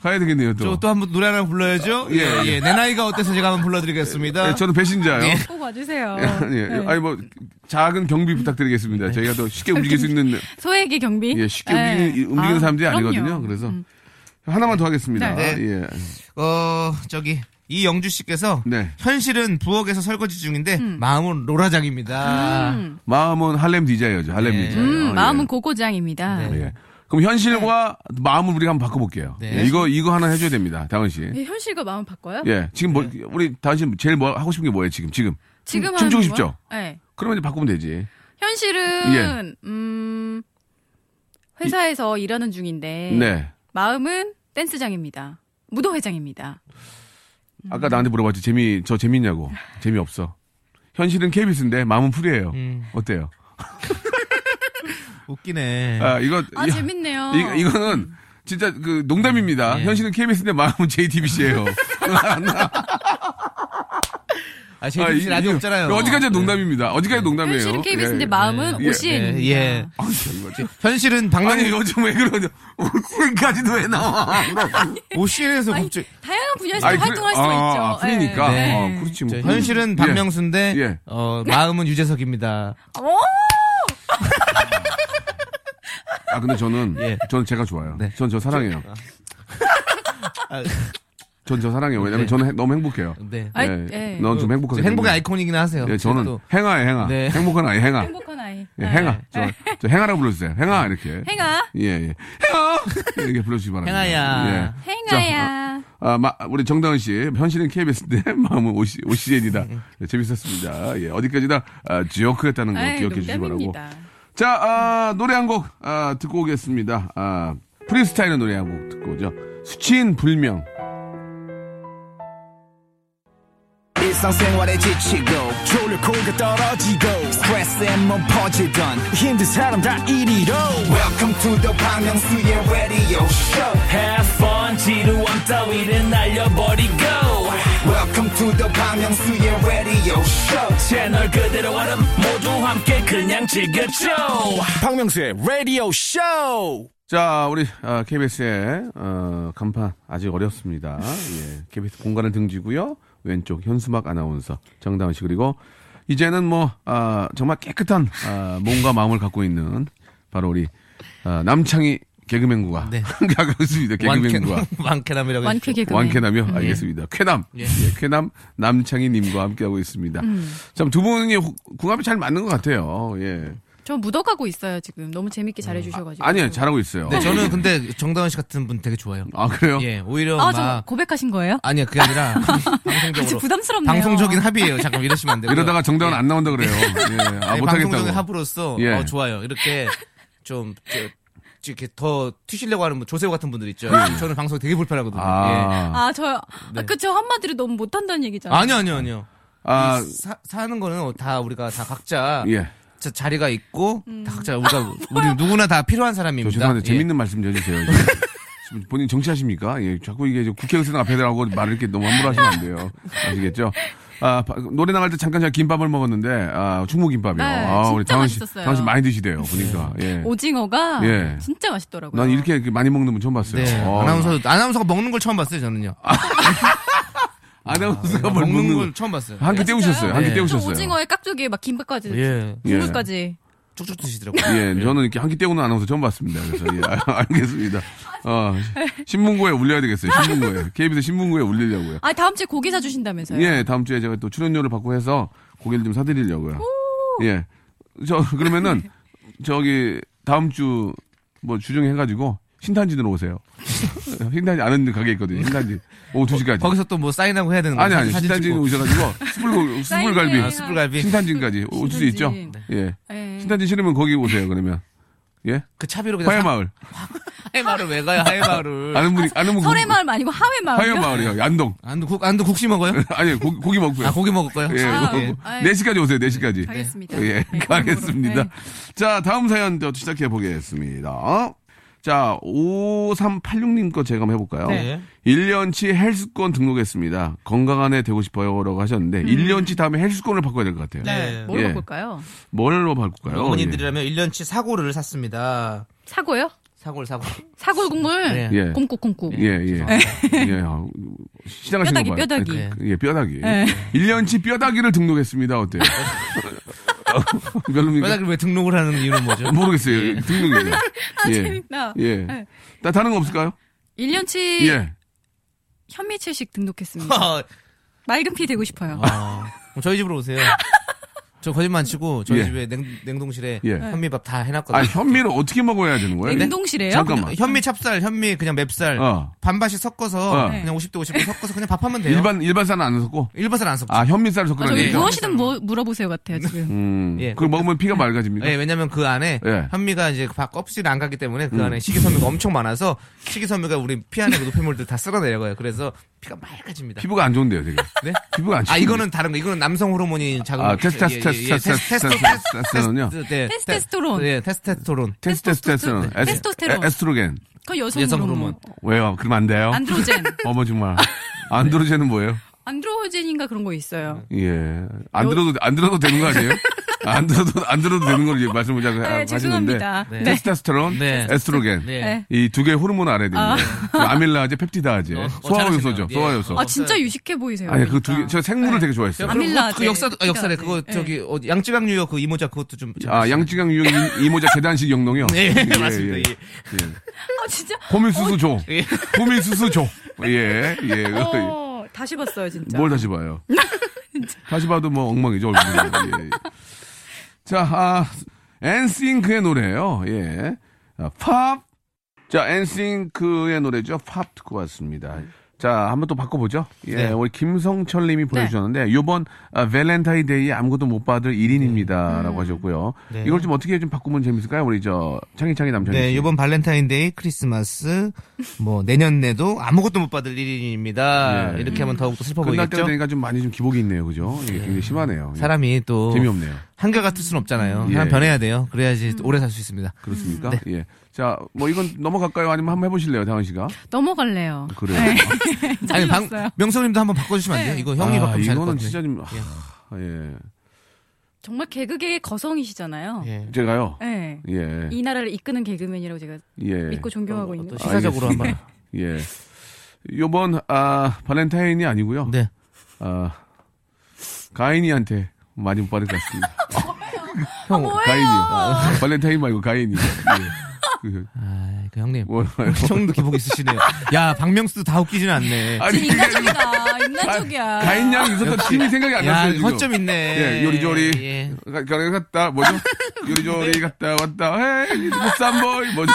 가야 되겠네요, 또. 저 또 한 번 노래 하나 불러야죠. 예, 예, 예. 예. 내 나이가 어때서 제가 한번 불러드리겠습니다. 예, 저는 배신자요. 예. 꼭 와주세요. 예. 네. 아니, 뭐, 작은 경비 부탁드리겠습니다. 저희가 또 쉽게 움직일 수 있는, 소액의 경비. 예, 쉽게 네. 움직이는, 움직이는 아, 사람들이 아니거든요. 그럼요. 음. 그래서 하나만 더 하겠습니다. 네. 예. 어 저기 이영주 씨께서 네. 현실은 부엌에서 설거지 중인데 마음은 로라장입니다. 마음은 할렘 디자이어죠. 할렘 네. 디자이어. 음, 예. 마음은 고고장입니다. 예. 그럼 현실과 마음을 우리가 한번 바꿔볼게요. 네. 예, 이거, 이거 하나 해줘야 됩니다. 다은 씨. 예, 현실과 마음 바꿔요? 예. 지금 뭐, 네. 우리 다은 씨 제일 뭐 하고 싶은 게 뭐예요, 지금? 지금. 지금 춤- 하는 춤추고 거? 싶죠? 네. 그러면 이제 바꾸면 되지. 현실은 예. 음, 회사에서 일하는 중인데 네. 마음은 댄스장입니다. 무도회장입니다. 아까 나한테 물어봤지. 재미, 저 재밌냐고. 재미없어. 현실은 KBS인데 마음은 풀이에요. 어때요? 웃기네. 아, 이거. 아 이- 재밌네요. 이, 이거는 진짜 그 농담입니다. 예. 현실은 KBS인데 마음은 JTBC예요. 아 제일 아, 라디오 없잖아요. 어디까지 농담입니다. 어디까지 농담이에요. 현실은 KBS인데 예. 마음은 예. 예, OCN입니다. 예. 아우, 이거 참. 현실은 방랑 아니 요즘 왜 그러냐? 오늘까지도 왜 나와? 오시에서 갑자기 다양한 분야에서 아니, 그래- 활동할 수 아, 있죠. 예. 그러니까 네. 아, 그렇지 뭐. 저 현실은 박명수인데 예. 어, 마음은 유재석입니다. 네. 예. 오! 아 근데 저는 예. 저는 제가 좋아요. 네. 전 저 사랑해요. 아, 전 저 사랑해요. 왜냐면 네. 저는 해- 너무 행복해요. 네. 아이, 예. 예. 넌좀 행복하게. 행복의 생겨요. 아이콘이긴 하세요. 예, 저는 또 행아예요, 행아. 네. 행복한 아이, 행아. 행복한 아이. 예, 네. 행아. 저, 저 행아라고 불러주세요. 행아, 이렇게. 행아. 예, 예. 행아! 이렇게 불러주시기 바랍니다. 행아야. 예. 행아야. 아, 마, 우리 정다은 씨, 현실은 KBS인데 마음은 오시, 오시엔이다. 네. 예, 재밌었습니다. 예, 어디까지나 아, 지오크였다는 거 아이, 기억해 주시기 바라고. 농담입니다. 자, 아, 노래 한 곡 아, 듣고 오겠습니다. 아, 프리스타일의 노래 한 곡 듣고 오죠. 수치인 불명. 일상생활에 지치고, 졸려 코가 떨어지고, 스트레스에 몸 퍼지던, 힘든 사람 다 이리로. welcome to the Bang Myung-soo's radio show Have fun 지루함 따위를 날려버리고 welcome to the Bang Myung-soo's radio show 채널 그대로 와름 모두 함께 그냥 즐겨줘 박명수의 라디오 쇼. 자, 우리 아, KBS의 어, 간판 아직 어렵습니다. 예, KBS 공간을 등지고요. 왼쪽 현수막 아나운서 정다은 씨 그리고 이제는 뭐 아, 정말 깨끗한 아, 몸과 마음을 갖고 있는 바로 우리 아, 남창희 개그맨구가 네. 함께 하고 있습니다. 개그맨구가 완쾌남이라고 완쾌 개그맨. 네, 완쾌남이요? 알겠습니다. 쾌남. 예. 쾌남 남창희님과 함께하고 있습니다. 음. 참 두 분이 호- 궁합이 잘 맞는 것 같아요. 예. 저 묻어가고 있어요 지금. 너무 재밌게 음. 잘해주셔가지고. 아니요, 잘하고 있어요. 네, 저는 근데 정다은 씨 같은 분 되게 좋아요. 아, 그래요? 예, 오히려 아, 저 막 고백하신 거예요? 아니야 그게 아니라 아주 방송적으로 부담스럽네요. 방송적인 합의예요. 잠깐 이러시면 안 되고 이러다가 정다은 안 나온다 그래요. 예. 아, 아니, 방송적인 못하겠다고. 합으로서 예. 어, 좋아요. 이렇게 좀 저, 이렇게 더 튀시려고 하는 분, 조세호 같은 분들 있죠. 저는 방송 되게 불편하거든요. 아. 예. 아, 아, 저, 아, 그쵸. 한마디로 너무 못한다는 얘기잖아요. 예. 아니요, 아니요, 아니요. 아, 사, 사는 거는 다 우리가 다 각자 예. 자, 자리가 있고 음. 다 각자 우리가 우리 누구나 다 필요한 저 사람입니다. 죄송한데 예. 재밌는 말씀 좀 해주세요. 지금 본인 정치하십니까? 예, 자꾸 이게 이제 국회의사당 앞에 하고 말을 이렇게 너무 함부로 하시면 안 돼요. 아시겠죠? 아, 바- 노래 나갈 때 잠깐 제가 김밥을 먹었는데, 아, 충무김밥이요. 네, 아, 진짜 우리 당원 씨, 맛있었어요. 당원 씨 많이 드시대요. 보니까. 네. 예. 오징어가 예. 진짜 맛있더라고요. 난 이렇게, 이렇게 많이 먹는 분 처음 봤어요. 네. 어, 아나운서 아나운서가 먹는 걸 처음 봤어요, 저는요. 아나운서가 뭘 먹는 걸 먹는 처음 봤어요. 한끼 때우셨어요. 한 끼 네. 때우셨어요. 오징어에 깍두기에 막 김밥까지 예. 국물까지. 쭉쭉 드시더라고요. 예, 저는 이렇게 한끼 때우는 아나운서 처음 봤습니다. 그래서 예, 아, 알겠습니다. 어, 신문고에 올려야 되겠어요. 신문고에 KBS 신문고에 올리려고요. 아 네. 다음 주에 고기 사주신다면서요? 예, 다음 주에 제가 또 출연료를 받고 해서 고기를 좀 사드리려고요. 예, 저 그러면은 저기 다음 주 뭐 주중에 해가지고 신탄진으로 오세요. 신탄진 아는 가게 있거든요. 신탄진 오후 2 시까지. 거기서 또 뭐 사인하고 해야 되는 거 아니 아니 사진 신탄진 찍고. 오셔가지고 스불 스불갈비 사인회요. 아, 숯불갈비. 예. 신탄진까지 올 수 있죠. 신탄진. 예, 예. 신탄진 싫으면 거기 오세요. 그러면 예, 그 차비로 그냥 사- 화해마을. 하회마을 왜 가요? 하회마을. 네. 아는 분이 아는 분 설의 마을 아니고 하회 마을. 화요 마을이요 양동 안도 국 안도 국시 먹어요? 아니 고기, 고기 먹고요. 아 고기 먹을 거예요? 예, 아, 먹고. 예. 아이. 4시까지 오세요, 4시까지. 가겠습니다. 예, 네, 가겠습니다. 네. 자, 다음 사연 또 시작해 보겠습니다. 자, 5386님 거 제가 한번 해볼까요? 네. 1년치 헬스권 등록했습니다. 건강한 애 되고 싶어요. 라고 하셨는데, 1년치 다음에 헬스권을 바꿔야 될 것 같아요. 네. 뭘 예. 먹을까요? 뭘로 바꿀까요? 예. 어머니들이라면 1년치 사고를 네. 샀습니다. 사고요? 사골 사골. 사골 국물 네. 예. 콩국콩국. 예, 예. 예. 아, 시장하시는 뼈다귀, 거 봐요. 뼈다귀. 예, 그- 예, 뼈다귀. 1년치 뼈다귀를 등록했습니다. 어때요? 별로입니까? 만약에 왜 등록을 하는 이유는 뭐죠? 모르겠어요. 등록이죠. 아 예. 재밌다. 예. 네. 다 다른 거 없을까요? 1년치 예. 현미채식 등록했습니다. 맑은 피 되고 싶어요. 아, 그럼 저희 집으로 오세요. 저 거짓말 안 치고 저희 예. 집에 냉, 동실에 예. 현미밥 다 해놨거든요. 네, 아, 현미를 어떻게 먹어야 되는 거예요? 네, 냉동실에요? 잠깐만. 현미 찹쌀, 현미 그냥 맵쌀 어. 반반씩 섞어서 어. 그냥 50대 50대 섞어서 그냥 밥하면 돼요. 일반 일반 쌀은 안 섞고 일반은 안 섞죠. 아 현미쌀 섞고 아, 저기 예. 무엇이든 뭐, 물어보세요 같아요 지금. 음. 예. 그걸 먹으면 피가 맑아집니까? 예, 왜냐면 그 안에 네, 예. 음. 현미가 이제 밥 껍질 안 가기 때문에 그 안에 식이섬유가 엄청 많아서 식이섬유가 우리 피 안에 그 노폐물들 다 쓸어 내려가요. 그래서 피가 맑아집니다. 피부가 안 좋은데요, 되게. 네? 피부가 안 좋은데. 아 이거는 다른 거. 이거는 남성 호르몬이 작은 아, 거. 테스테스- 예, 예, 테스- 테스- 예, 테스- 테스- 테스- 테스- 테스- 테스테스는요? 테스- 네, 테스테스토론. 테- 예, 테스테스토론. 테스테스테론. 테스토스테론. 테스토스테론. 에스트로겐. 그 여성, 여성 호르몬. 호르몬. 왜요? 그럼 안 돼요? 안드로젠. 어머 정말. 안드로젠은 뭐예요? 안드로젠인가 그런 거 있어요. 예. 안 들어도 안 들어도 되는 거 아니에요? 안 들어도 안 들어도 되는 걸 이제 말씀을 자꾸 네, 하- 하시는데. 죄송합니다. 네. 테스테스테론, 네. 에스트로겐. 네. 이 두 개의 호르몬 아래에 있는 아. 아밀라제, 펩티다제, 어, 어, 소화 잘하시네요. 요소죠. 예. 소화 요소. 아 진짜 유식해 보이세요. 네. 아니 그 두 개. 그러니까. 저 생물을 되게 야, 좋아했어요. 그럼 아밀라제. 그 역사 아, 역사래 그러니까, 그거 네. 저기 어, 양쯔강 유역 그 이모작 그것도 좀. 아, 양쯔강 유형 이- 이모자 계단식 영농이요. 예, 예, 맞습니다. 예. 예. 아 진짜. 호밀수수 조. 예. 호밀수수 조. 예, 예. 어, 다시 봤어요 진짜. 뭘 다시 봐요? 다시 봐도 뭐 엉망이죠, 얼굴이. 예, 예. 자, 아, 엔싱크의 노래예요 예. 아, 팝. 자, 엔싱크의 노래죠. 팝 듣고 왔습니다. 자, 한번 또 바꿔보죠. 예, 네. 우리 김성철 님이 네. 보내주셨는데, 요번 아, 밸렌타인데이에 아무것도 못 받을 1인입니다. 라고 하셨고요. 네. 이걸 좀 어떻게 좀 바꾸면 재밌을까요? 우리 저, 창희창희 남편이. 네, 이번 발렌타인데이, 크리스마스, 뭐 내년 내도 아무것도 못 받을 일입니다. 예. 이렇게 하면 더욱더 슬퍼 끝날 때가 보이겠죠. 되니까 좀 많이 좀 기복이 있네요. 그죠? 예, 굉장히 심하네요. 예. 사람이 또 재미없네요. 한결 같을 순 없잖아요. 예. 사람 변해야 돼요. 그래야지 음. 오래 살 수 있습니다. 음, 그렇습니까? 네. 예. 자, 뭐 이건 넘어갈까요? 아니면 한번 해보실래요, 당원 씨가? 아, 넘어갈래요. 그래요. 네. 아니, 방, 잘렸어요. 네. 명성님도 한번 바꿔주시면 안 돼요? 이거 형이 아, 바꾸면 잘것 이거는 같은데. 진짜 좀, 하, 예. 정말 개그계의 거성이시잖아요. 예. 예. 제가요. 예. 이 나라를 이끄는 개그맨이라고 제가 예. 믿고 존경하고 있는. 어떤 시사적으로 한번. 예. 요번, 아, 발렌타인이 아니고요. 네. 아, 가인이한테 많이 못 받을 것 같습니다. 아, 형, 가인이요. 발렌타인 말고 가인이. 예. 그, 아, 그 형님. 뭐라요? 형도 기복 있으시네요. 야, 박명수도 다 웃기진 않네. 아니, 아, 진 인간적이다. 인간적이야. 가인 양이 있었던 팀이 아, 생각이 안 야, 났어요. 지금. 허점 있네. 예, 요리조리. 예. 네. 가, 가, 갔다, 뭐죠? 요리조리 갔다, 왔다, 헤이, 쌈보이, 뭐죠?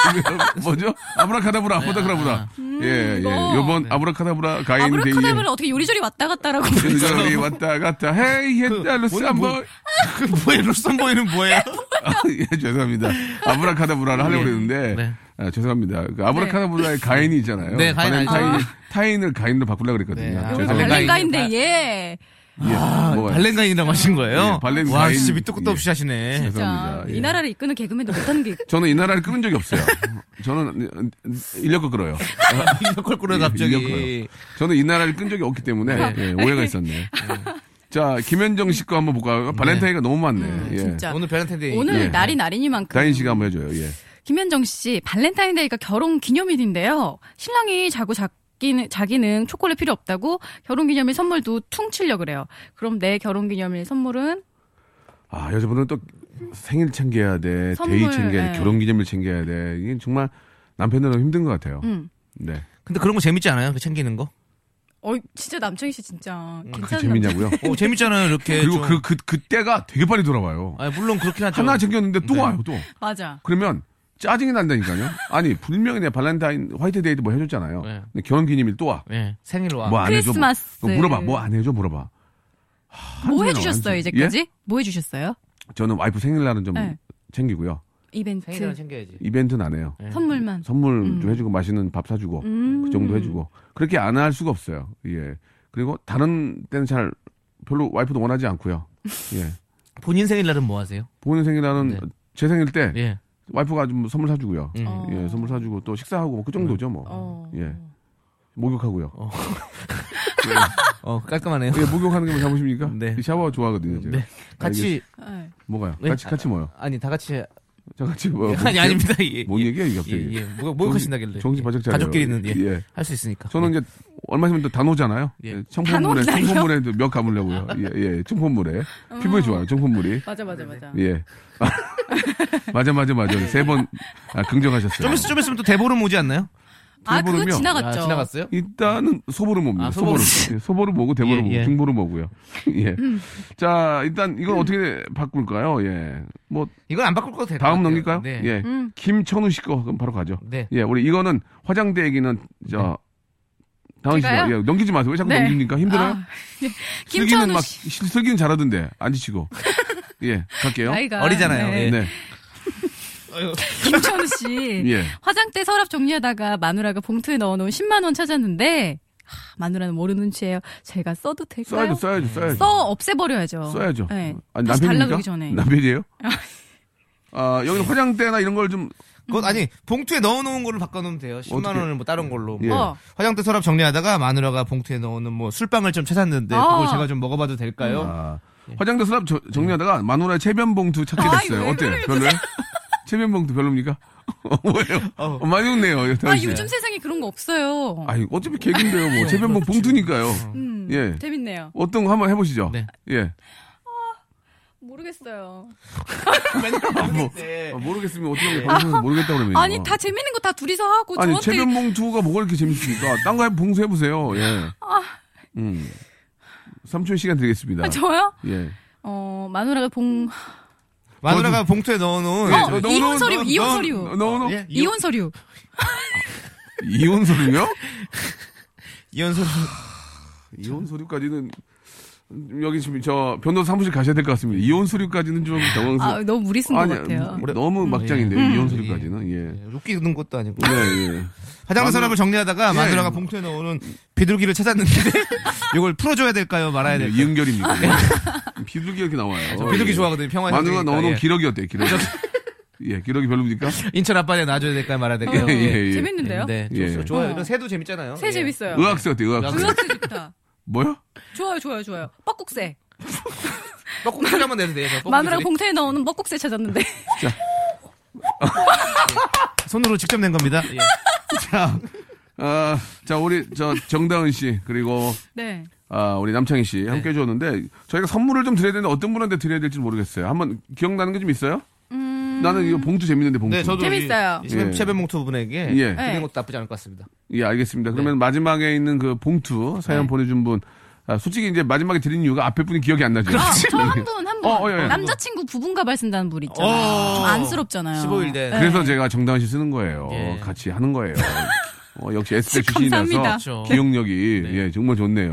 뭐죠? 아브라카다브라, 네. 호다카다브라. 예, 예. 이거. 요번 아브라카다브라 뭐. 가인 데이. 아브라카다브라 어떻게 요리조리 왔다 갔다라고. 요리조리 왔다, 갔다, 헤이, 그 햇달로 뭐. 쌈보이. 뭐예요? 룩썸보이는 뭐예요? 예, 죄송합니다. 아브라카다브라를 하려고 그랬는데. 네. 아, 죄송합니다. 그 아브라카다브라의 가인이 있잖아요. 네, 가인 발렌타인- 알죠. 타인을 가인으로 바꾸려고 그랬거든요. 네, 아, 죄송합니다. 발렌타인. 발렌가인데 어, 예. 예, 아, 뭐가요? 발렌가인이라고 하신 거예요? 예, 발렌가인. 와, 진짜 밑도 예. 끝도 없이 하시네. 자, 죄송합니다. 예. 이 나라를 이끄는 개그맨도 못하는 게 저는 이 나라를 끊은 적이 없어요. 저는 인력거 끌어요. 이걸 끌어 예, 갑자기. 저는 이 나라를 끈 적이 없기 때문에 예, 오해가 있었네. 예. 자 김현정 씨 거 한번 볼까요? 아, 발렌타인가 너무 많네. 예. 음, 진짜. 오늘 발렌타인데이. 오늘 예. 날이 날이니만큼. 다인 씨가 한번 해줘요. 예. 김현정 씨 발렌타인데이가 결혼 기념일인데요. 신랑이 자고 자기는 자기는 초콜릿 필요 없다고 결혼 기념일 선물도 퉁치려 그래요. 그럼 내 결혼 기념일 선물은 아 여자분은 또 생일 챙겨야 돼, 선물, 데이 챙겨야 돼, 예. 결혼기념일 챙겨야 돼. 이게 정말 남편들은 힘든 것 같아요. 음. 네. 근데 그런 거 재밌지 않아요? 그 챙기는 거? 어 진짜 남청희 씨 진짜 음, 그게 괜찮은 남자. 재밌냐고요? 오, 재밌잖아요, 이렇게. 그리고 예, 좀. 그, 그, 그때가 되게 빨리 돌아와요. 아, 물론 그렇긴 하죠. 하나 챙겼는데 네. 또 와요, 또. 맞아. 그러면 짜증이 난다니까요. 아니 분명히 내 발렌타인 화이트데이도 뭐 해줬잖아요. 네. 근데 결혼기념일 또 와. 예, 생일 와. 뭐 안 해줘? 뭐- 크리스마스. 물어봐. 뭐 안 해줘? 물어봐. 뭐 한숨이 해주셨어요 나와요, 이제까지? 뭐 해주셨어요? 저는 와이프 생일날은 좀 네. 챙기고요. 이벤트 아, 생일은 챙겨야지. 이벤트는 안 예. 네. 해요. 선물만. 선물 좀 해주고 맛있는 밥 사주고 음. 그 정도 해주고 그렇게 안 할 수가 없어요. 예. 그리고 다른 때는 잘 별로 와이프도 원하지 않고요. 예. 본인 생일날은 뭐 하세요? 부모님 생일날은 네. 제 생일 때 예. 와이프가 좀 선물 사주고요. 음. 어. 예, 선물 사주고 또 식사하고 뭐 그 정도죠 뭐. 어. 예. 목욕하고요. 어, 깔끔하네요. 예, 목욕하는 게뭐 잘못입니까? 네. 샤워 좋아하거든요. 제가. 네. 같이, 네. 뭐가요? 네? 같이 같이 뭐요? 아니, 다 같이 잠깐 지금 뭐, 아니 아닙니다. 예, 뭔 예. 얘기야 이게 갑자기. 예, 예. 뭐, 뭐 하신다길래. 정신 바짝 차려. 가족끼리는 예. 예. 할 수 있으니까. 저는 이제 얼마 있으면 또 단호잖아요. 예. 예, 청포물에 단호다니요? 청포물에 또몇 감으려고요. 예, 예, 청포물에 피부에 좋아요. 청포물이. 맞아 맞아 맞아. 예. 맞아 맞아 맞아. 세 번 아, 긍정하셨어요. 예. 좀 있으면 좀 있으면 또 대보름 오지 않나요? 아 그거 돌보름이요? 아, 지나갔죠. 지나갔어요? 일단은 소보름 옵니다. 아, 소보름. 소보름. 예, 소보름 오고 대보름 예, 오고 예. 중보름 오고요. 예. 음. 자, 일단 이건 어떻게 바꿀까요? 예. 뭐 이건 안 바꿀 거도 될것 다음 같아요. 넘길까요? 네. 예. 음. 김천우 씨 거 그럼 바로 가죠. 네. 예, 우리 이거는 화장대 얘기는 저 다은 씨가 제가요? 예, 넘기지 마세요. 왜 자꾸 네. 넘기니까 힘들어요? 아, 슬기는 김천우 막 씨. 시- 슬기는 잘하던데 안 지치고. 예, 갈게요. 나이가 어리잖아요. 네. 예. 네. 김천우 씨 예. 화장대 서랍 정리하다가 마누라가 봉투에 넣어놓은 10만 원 찾았는데 하, 마누라는 모르는 눈치예요. 제가 써도 될까요? 써야죠, 네. 써야죠, 써야죠. 써 없애버려야죠. 써야죠. 네. 아니, 다시 남편입니까? 달라고 하기 전에. 남편이에요? 아, 여기는 화장대나 이런 걸 좀, 그것 아니 봉투에 넣어놓은 걸로 바꿔놓으면 돼요. 10만 어떻게- 원을 뭐 다른 걸로. 예. 어. 화장대 서랍 정리하다가 마누라가 봉투에 넣어놓은 뭐 술빵을 좀 찾았는데 그걸 아. 제가 좀 먹어봐도 될까요? 아, 화장대 서랍 저- 정리하다가 마누라의 체변봉투 찾게 아이, 됐어요. 왜 어때요? 그래요, 별로예요? 체변봉투 별로입니까? 왜요? 어, 많이 웃네요. 아 다은 씨. 요즘 세상에 그런 거 없어요. 아이, 어차피 개그인데요. 뭐, 체변봉 봉투니까요. 음, 예. 재밌네요. 어떤 거 한번 해보시죠. 네. 예. 모르겠어요. 아, 뭐, 네. 아, 모르겠으면 어떻게 방송에서 모르겠다고 그러면. 아니 다 재밌는 거 다 둘이서 하고 네, 뭐. 아니, 뭐 저한테 체변봉투가 뭐가 이렇게 재밌습니까? 딴 거 봉수해보세요. 예. 음. 3초의 시간 드리겠습니다. 아, 저요? 예. 어 마누라가 봉 마누라가 봉투에 넣어놓은 네, 어, 이혼 서류, 이혼 서류. 너너 예? 이혼- 이혼 서류. 이혼 서류요? 이혼 서류. 이혼 서류까지는 음, 여기 지금 저 변호사 사무실 가셔야 될 것 같습니다. 이혼 서류까지는 좀 아 당황스러. 너무 무리 쓴 것 같아요. 음. 우리 예. 너무 막장인데요. 이혼 서류까지는 예. 웃기는 것도 아니고. 네, 예. 화장대 서랍을 정리하다가 예. 마누라가 봉투에 넣어놓은 비둘기를 찾았는데 이걸 풀어줘야 될까요? 말아야 네, 될까요? 이은결입니까? 비둘기 이렇게 나와요. 저 비둘기 예. 좋아하거든요. 평화의 마누라 상징이니까. 넣어놓은 예. 기러기 어때요? 기러기. 예, 기러기 별로입니까? 네. 인천 앞바다에 놔줘야 될까요? 말아야 될까요? 어, 예, 예. 재밌는데요? 네, 예. 좋- 좋아요. 어. 이런 새도 재밌잖아요. 새 예. 재밌어요. 의학세 어때요? 의학세. 의학세. 의학새 좋다. 뭐야? 좋아요, 좋아요, 좋아요. 뻐국새. 뻐꾸기 소리 한번 내도 돼요. 저 뻐꾸기 마누라가 소리? 봉투에 넣어놓은 뻐국새 찾았는데. 손으로 직접 낸 겁니다. 예. 자, 아, 자 우리 저 정다은 씨 그리고 네. 아, 우리 남창희 씨 네. 함께 해줬는데 저희가 선물을 좀 드려야 되는데 어떤 분한테 드려야 될지 모르겠어요. 한번 기억나는 게 좀 있어요? 나는 이거 봉투 재밌는데 봉투. 네, 저도 재밌어요. 예. 최변봉투 분에게 예. 드리는 네. 것도 나쁘지 않을 것 같습니다. 예, 알겠습니다. 그러면 마지막에 있는 그 봉투 사연 네. 이런 보내준 분. 아, 솔직히 이제 마지막에 드린 이유가 앞에 분이 기억이 안 나죠. 아, 그렇죠. 저한 분, 한 분. 어, 어, 예, 예. 남자친구 부분가발 쓴다는 분 있잖아요. 어. 좀 안쓰럽잖아요. 15일 된. 네. 그래서 제가 정다은 씨 쓰는 거예요. 예. 같이 하는 거예요. 어, 역시 S대 출신이라서 감사합니다. 음. 그렇죠. 기억력이 예, 정말 좋네요.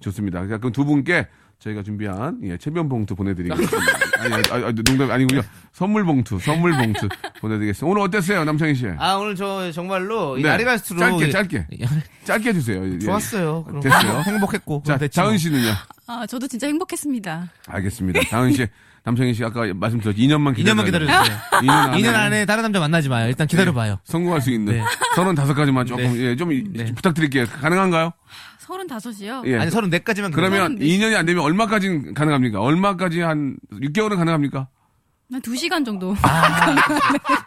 좋습니다. 자, 그럼 두 분께 저희가 준비한 예, 체변 봉투 보내드리겠습니다. 아니, 아니, 아니, 농담 아니고요. 선물 봉투, 선물 봉투 보내드리겠습니다. 오늘 어땠어요, 남창희 씨? 아 오늘 저 정말로 이 네. 날이 갈수록 짧게, 짧게. 짧게 해주세요. 예. 좋았어요. 그럼 됐어요. 행복했고. 자, 그럼 됐지 다은 뭐. 씨는요? 아, 저도 진짜 행복했습니다. 알겠습니다. 다은 씨, 남창희 씨 아까 말씀드렸죠. 2년만 기다려. 2년만 기다려주세요. 2년 안에, 2년 안에 다른 남자 만나지 마요. 일단 기다려봐요. 성공할 수 있는 네. 35가지만 조금 예, 좀 이- 네. 부탁드릴게요. 가능한가요? 35이요. 예. 아니 34까지만 그러면 그건- 2년이 안 되면 얼마까지 가능합니까? 얼마까지 한 6개월은 가능합니까? 한 2시간 정도. 아,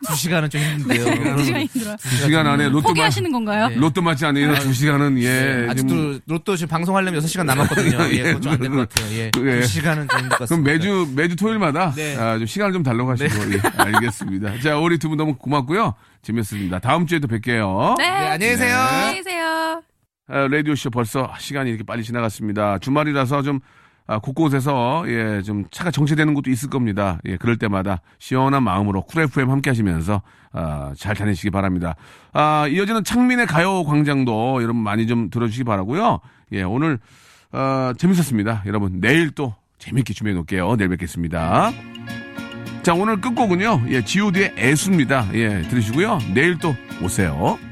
2시간은 좀 힘든데요. 예, 2시간 힘들어요. 네. 2시간 안에 로또 마, 포기하시는 건가요? 로또 맞지 않으면 2시간은 예. 아, 네. 아직도 좀- 로또 지금 방송하려면 6시간 남았거든요. 예, 그건 좀 안 될 것 같아요. 예. 예. 2시간은 좀 힘들 것 같습니다. 그럼 매주 매주 토요일마다 네. 아, 좀 시간을 좀 달라고 하시고 예, 알겠습니다. 자, 우리 두 분 너무 고맙고요. 재밌었습니다. 다음 주에 또 뵐게요. 네. 네, 안녕히 계세요. 안녕히 계세요. 아, 라디오쇼 벌써 시간이 이렇게 빨리 지나갔습니다. 주말이라서 좀 아, 곳곳에서 예, 좀 차가 정체되는 곳도 있을 겁니다. 예, 그럴 때마다 시원한 마음으로 쿨 FM 함께 하시면서 아, 잘 다니시기 바랍니다. 아, 이어지는 창민의 가요 광장도 여러분 많이 좀 들어주시기 바라고요. 예, 오늘 어, 재밌었습니다. 여러분 내일 또 재밌게 준비해 놓을게요. 내일 뵙겠습니다. 자, 오늘 끝곡은요. 예, G.O.D의 의 애수입니다. 예, 들으시고요. 내일 또 오세요.